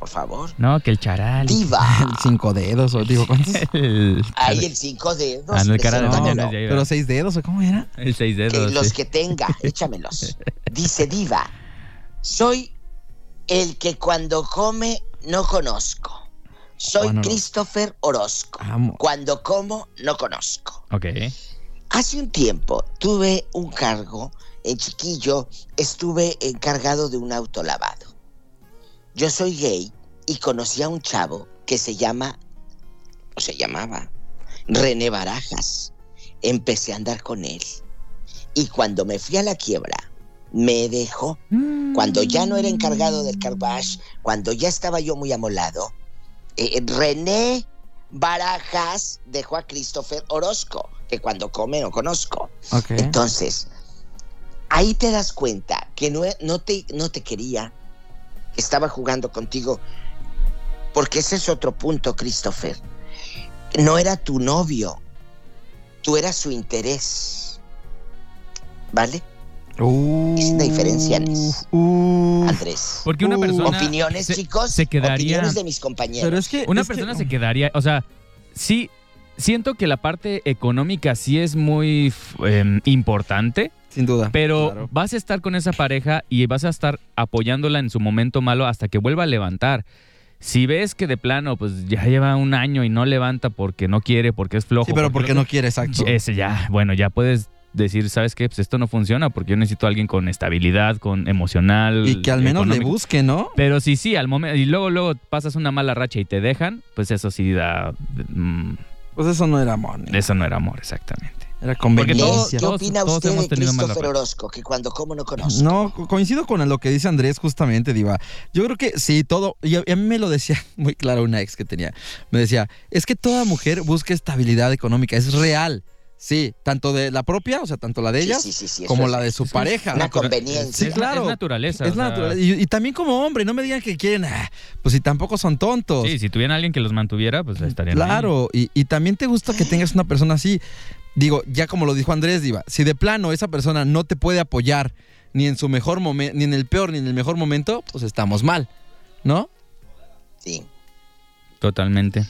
S6: por favor.
S3: No, que el charal.
S6: Diva.
S4: Cinco dedos, o digo, ¿cuántos?
S3: El,
S6: Ay, el cinco dedos.
S3: Ah, no, el cara de
S4: No,
S3: Toño
S6: preséntamelo.
S3: no es de ahí, ¿verdad?
S4: pero seis dedos, ¿o cómo era?
S3: el seis
S6: que
S3: dedos.
S6: los
S3: sí.
S6: que tenga, échamelos. Dice Diva, soy el que cuando come no conozco. Soy
S4: Juan Orozco.
S6: Christopher Orozco.
S4: Amo.
S6: Cuando como no conozco.
S3: Ok.
S6: Hace un tiempo tuve un cargo en chiquillo, estuve encargado de un auto lavado. Yo soy gay y conocí a un chavo que se llama, o se llamaba, René Barajas. Empecé a andar con él. Y cuando me fui a la quiebra, me dejó.
S4: Mm.
S6: Cuando ya no era encargado del carwash, cuando ya estaba yo muy amolado, eh, René Barajas dejó a Christopher Orozco, que cuando come no conozco.
S4: Ok.
S6: Entonces, ahí te das cuenta que no, no, te, no te quería, que estaba jugando contigo, porque ese es otro punto, Christopher. No era tu novio, tú eras su interés. ¿Vale?
S4: Uh.
S6: Es una diferencia, Nes.
S4: Uf.
S6: Andrés.
S3: Porque una
S4: Uh,
S3: persona.
S6: Opiniones,
S3: se-
S6: chicos.
S3: Se quedaría.
S6: Opiniones de mis compañeros.
S4: Pero es que.
S3: Una
S4: es que-
S3: persona se quedaría. O sea, sí. Siento que la parte económica sí es muy f- em, importante,
S4: Sin duda.
S3: pero
S4: Claro.
S3: vas a estar con esa pareja y vas a estar apoyándola en su momento malo hasta que vuelva a levantar. Si ves que de plano, pues ya lleva un año y no levanta porque no quiere, porque es flojo.
S4: Sí, pero porque
S3: lo-
S4: no quiere, exacto.
S3: Ese ya, bueno, ya puedes decir, ¿sabes qué? Pues esto no funciona porque yo necesito a alguien con estabilidad, con emocional.
S4: Y que al menos le
S3: económico".
S4: busque, ¿no?
S3: Pero sí, sí, al momento. Y luego, luego pasas una mala racha y te dejan, pues eso sí da. mm,
S4: Pues eso no era amor. ni-
S3: eso no era amor, exactamente.
S4: Era
S3: que
S6: ¿Qué,
S3: todos-
S4: conveniencia.
S6: qué opina
S3: todos
S6: usted
S3: hemos
S6: de
S3: tenido mala
S6: Christopher
S3: racha.
S6: Orozco? Que cuando como no conozco.
S4: No, co- coincido con lo que dice Andrés justamente, Diva. Yo creo que sí, todo. Y a, y a mí me lo decía muy claro una ex que tenía. Me decía, es que toda mujer busca estabilidad económica, es real. Sí, tanto de la propia, o sea, tanto la de
S6: Sí,
S4: ella,
S6: sí, sí, sí, eso
S4: como
S6: es-
S4: la de su
S3: es que es
S4: pareja.
S6: Una
S3: Natura-
S6: conveniencia.
S4: Sí, claro.
S3: Es naturaleza.
S4: Es
S3: o sea,
S4: natural. Y, y también como hombre, no me digan que quieren, ah, pues si tampoco son tontos.
S3: Sí, si tuviera alguien que los mantuviera, pues estarían. ahí.
S4: Pues, Claro, y, y también te gusta que tengas una persona así. Digo, ya como lo dijo Andrés, Diva, si de plano esa persona no te puede apoyar ni en su mejor momento, ni en el peor, ni en el mejor momento, pues estamos mal, ¿no?
S6: Sí.
S3: Totalmente.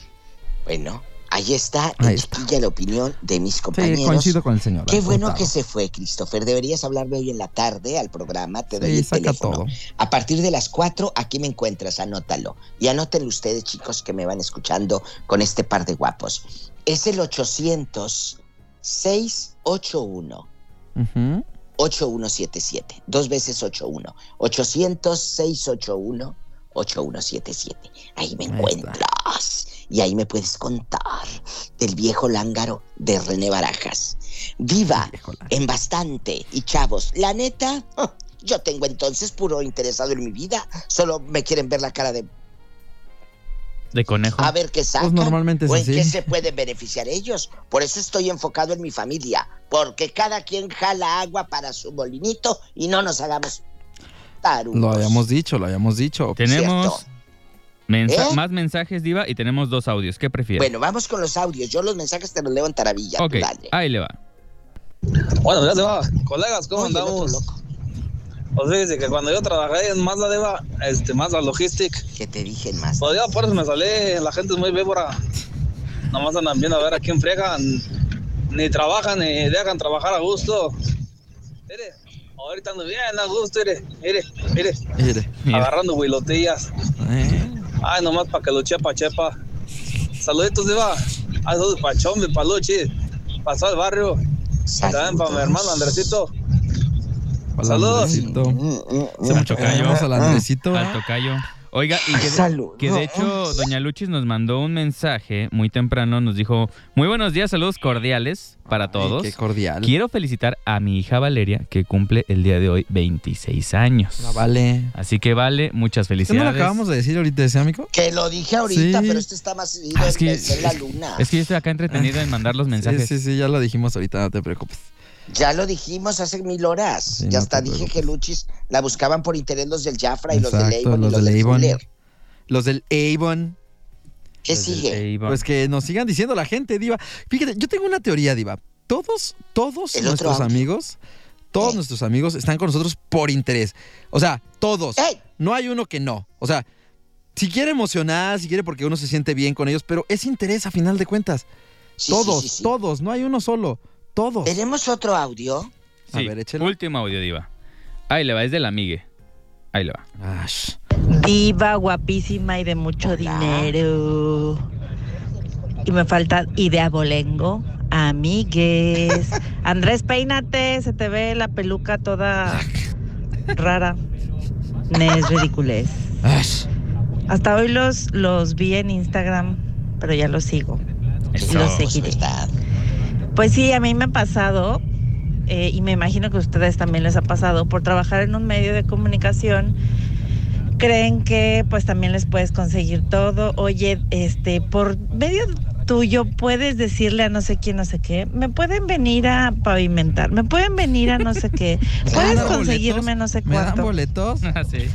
S6: Bueno, ahí está,
S4: Ahí
S6: en
S4: está.
S6: chiquilla la opinión de mis compañeros.
S4: con el señor.
S6: Qué bueno que se fue, Christopher. Deberías hablarme hoy en la tarde al programa. Te doy
S4: Sí,
S6: el
S4: saca
S6: teléfono.
S4: todo.
S6: A partir de las 4, aquí me encuentras. Anótalo. Y anótenlo ustedes, chicos, que me van escuchando con este par de guapos. Es el 800-681.
S4: Ujú.
S6: 8177, dos veces 81, 800-681-8177. Ahí me
S4: Ahí
S6: encuentras y ahí me puedes contar del viejo lángaro de René Barajas. Viva en bastante y chavos, la neta, oh, yo tengo entonces puro interesado en mi vida, solo me quieren ver la cara de
S3: De conejo.
S6: a ver qué sacan
S4: Pues normalmente es
S6: o en
S4: así.
S6: qué se pueden beneficiar ellos. Por eso estoy enfocado en mi familia, porque cada quien jala agua para su molinito y no nos hagamos tarugos.
S4: Lo habíamos dicho, lo habíamos dicho.
S3: Tenemos
S6: Cierto.
S3: mensa-
S6: ¿Eh?
S3: más mensajes, Diva, y tenemos dos audios. ¿Qué prefieres?
S6: Bueno, vamos con los audios. Yo los mensajes te los leo en Taravilla. tú
S3: ok,
S6: dale.
S3: ahí le va.
S9: Bueno, ya se va. Colegas, ¿cómo
S6: Oye, el otro
S9: andamos?
S6: loco.
S9: Pues fíjense que cuando yo trabajé en Mazda Deva, este, Mazda Logistic,
S6: Que te dije en más.
S9: pues yo por eso me salí, la gente es muy víbora. Nomás andan viendo a ver a quién fregan, ni trabajan ni dejan trabajar a gusto. Mire, ahorita ando bien a gusto, mire, mire, mire,
S4: Mire,
S3: Mira,
S9: agarrando huilotillas.
S4: eh,
S9: Ay, nomás para que lo chepa, chepa. Saluditos, Deva. A saludos para Chombe, para Luchi, para todo el barrio. También para mi hermano Andresito.
S4: para el
S9: Saludos.
S6: Mm,
S4: Andresito.
S3: Se me toca yo.
S4: Tenemos al Andresito.
S3: Al tocayo. Oiga, y que,
S6: Salud.
S3: que de hecho, doña Luchis nos mandó un mensaje muy temprano. Nos dijo: Muy buenos días, saludos cordiales para todos.
S4: Ay, qué cordial.
S3: Quiero felicitar a mi hija Valeria, que cumple el día de hoy 26 años.
S4: La Vale.
S3: Así que vale, muchas
S4: ¿Qué no
S3: felicidades.
S4: lo acabamos de decir ahorita, ese amigo?
S6: Que lo dije ahorita,
S4: Sí.
S6: pero este está más ido
S3: Ah, es
S6: en-
S3: que-
S6: en la luna.
S3: Es que yo estoy acá entretenida en mandar los mensajes.
S4: Sí, sí, sí, ya lo dijimos ahorita, no te preocupes.
S6: Ya lo dijimos hace mil horas.
S4: Sí, no
S6: ya hasta
S4: te
S6: dije
S4: preocupes.
S6: que Luchis la buscaban por interés los del Jafra y los de
S4: Exacto,
S6: Leibon y
S4: los
S6: los
S4: del
S6: del
S4: Avon.
S6: Fuller.
S4: Los del Avon.
S6: ¿Qué
S3: Desde-
S8: eh,
S6: sigue?
S3: Ey, va.
S4: Pues que nos sigan diciendo la gente, Diva. Fíjate, yo tengo una teoría, Diva. Todos, todos
S6: El otro
S4: nuestros
S6: audio.
S4: amigos, todos
S6: Eh.
S4: nuestros
S6: Eh.
S4: amigos están con nosotros por interés. O sea, todos.
S6: ¡Ey!
S4: No hay uno que no. O sea,
S8: si quiere emocionar, si quiere porque uno se siente bien con ellos, pero es interés a final de cuentas.
S6: Sí,
S8: todos,
S6: sí, Eh. sí, sí.
S8: todos, no hay uno solo. Todos.
S6: ¿Tenemos otro audio?
S8: A
S3: Sí,
S8: ver, échale.
S3: último audio, Diva. Ahí le va, es de la migue. Ahí le va.
S8: Ash.
S10: Diva, guapísima y de mucho dinero. Y me falta idea bolengo. Amigues. Andrés, peínate. Se te ve la peluca toda rara. No es ridiculez.
S8: Ash.
S10: Hasta hoy los, los vi en Instagram, pero ya los sigo.
S3: Eso.
S10: Los seguiré. Pues sí, a mí me ha pasado, eh, y me imagino que a ustedes también les ha pasado, por trabajar en un medio de comunicación, creen que pues también les puedes conseguir todo. Oye, este, por medio tuyo puedes decirle a no sé quién, no sé qué, me pueden venir a pavimentar, me pueden venir a no sé qué,
S8: ¿Me
S10: puedes
S8: dan boletos?
S10: conseguirme no sé
S8: ¿Me dan
S10: cuánto.
S8: boletos?
S3: Ah, sí.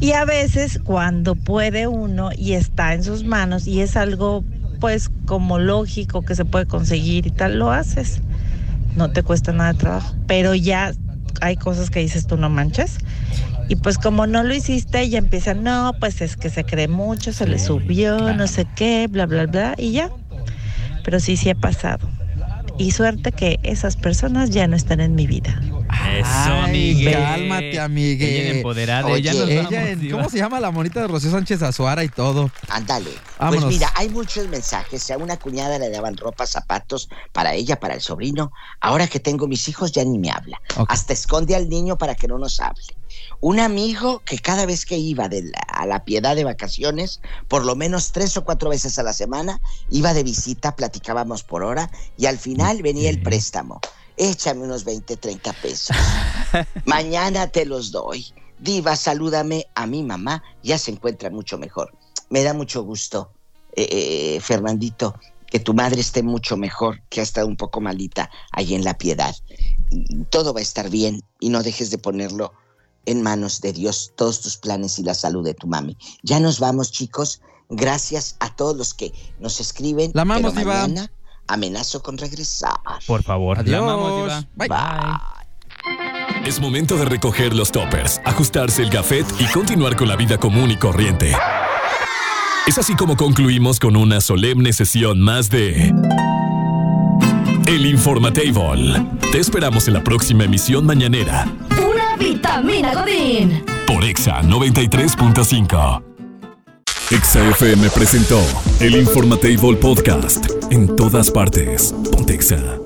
S10: Y a veces cuando puede uno y está en sus manos y es algo pues como lógico que se puede conseguir y tal, lo haces. No te cuesta nada de trabajo. Pero ya hay cosas que dices tú no manches. Y pues como no lo hiciste, ya empiezan, no, pues es que se cree mucho, se le subió, no sé qué, bla, bla, bla, y ya. Pero sí, sí ha pasado. Y suerte que esas personas ya no están en mi vida.
S3: Eso,
S8: Ay,
S3: amigue.
S8: cálmate, amigue.
S3: Ella bien empoderada.
S6: Oye,
S3: ya nos
S8: Ella
S3: vamos,
S8: en-
S3: Diva.
S8: ¿Cómo se llama la monita de Rocío Sánchez Azuara y todo?
S6: Ándale. Pues
S8: Vámonos.
S6: mira, hay muchos mensajes. A una cuñada le daban ropa, zapatos para ella, para el sobrino. Ahora que tengo mis hijos ya ni me habla.
S8: Ok.
S6: Hasta esconde al niño para que no nos hable. Un amigo que cada vez que iba de la- a la piedad de vacaciones, por lo menos tres o cuatro veces a la semana, iba de visita, platicábamos por hora y al final venía el préstamo. Échame unos 20, 30 pesos. Mañana te los doy. Diva, salúdame a mi mamá, ya se encuentra mucho mejor. Me da mucho gusto, eh, eh, Fernandito, que tu madre esté mucho mejor, que ha estado un poco malita ahí en la piedad. Y Todo va a estar bien y no dejes de ponerlo en manos de Dios, todos tus planes y la salud de tu mami. Ya nos vamos, chicos. Gracias a todos los que nos escriben.
S8: La amamos,
S6: pero
S8: Diva.
S6: mañana Amenazo con regresar.
S3: Por favor, la
S8: Adiós.
S3: amamos, Diva.
S8: Bye.
S1: Es momento de recoger los toppers, ajustarse el gafet y continuar con la vida común y corriente. Es así como concluimos con una solemne sesión más de El Informatable. Te esperamos en la próxima emisión mañanera
S5: Una vitamina Godín.
S1: por Exa 93.5. Exa FM presentó El Informatable Podcast. En todas partes. Pontexa.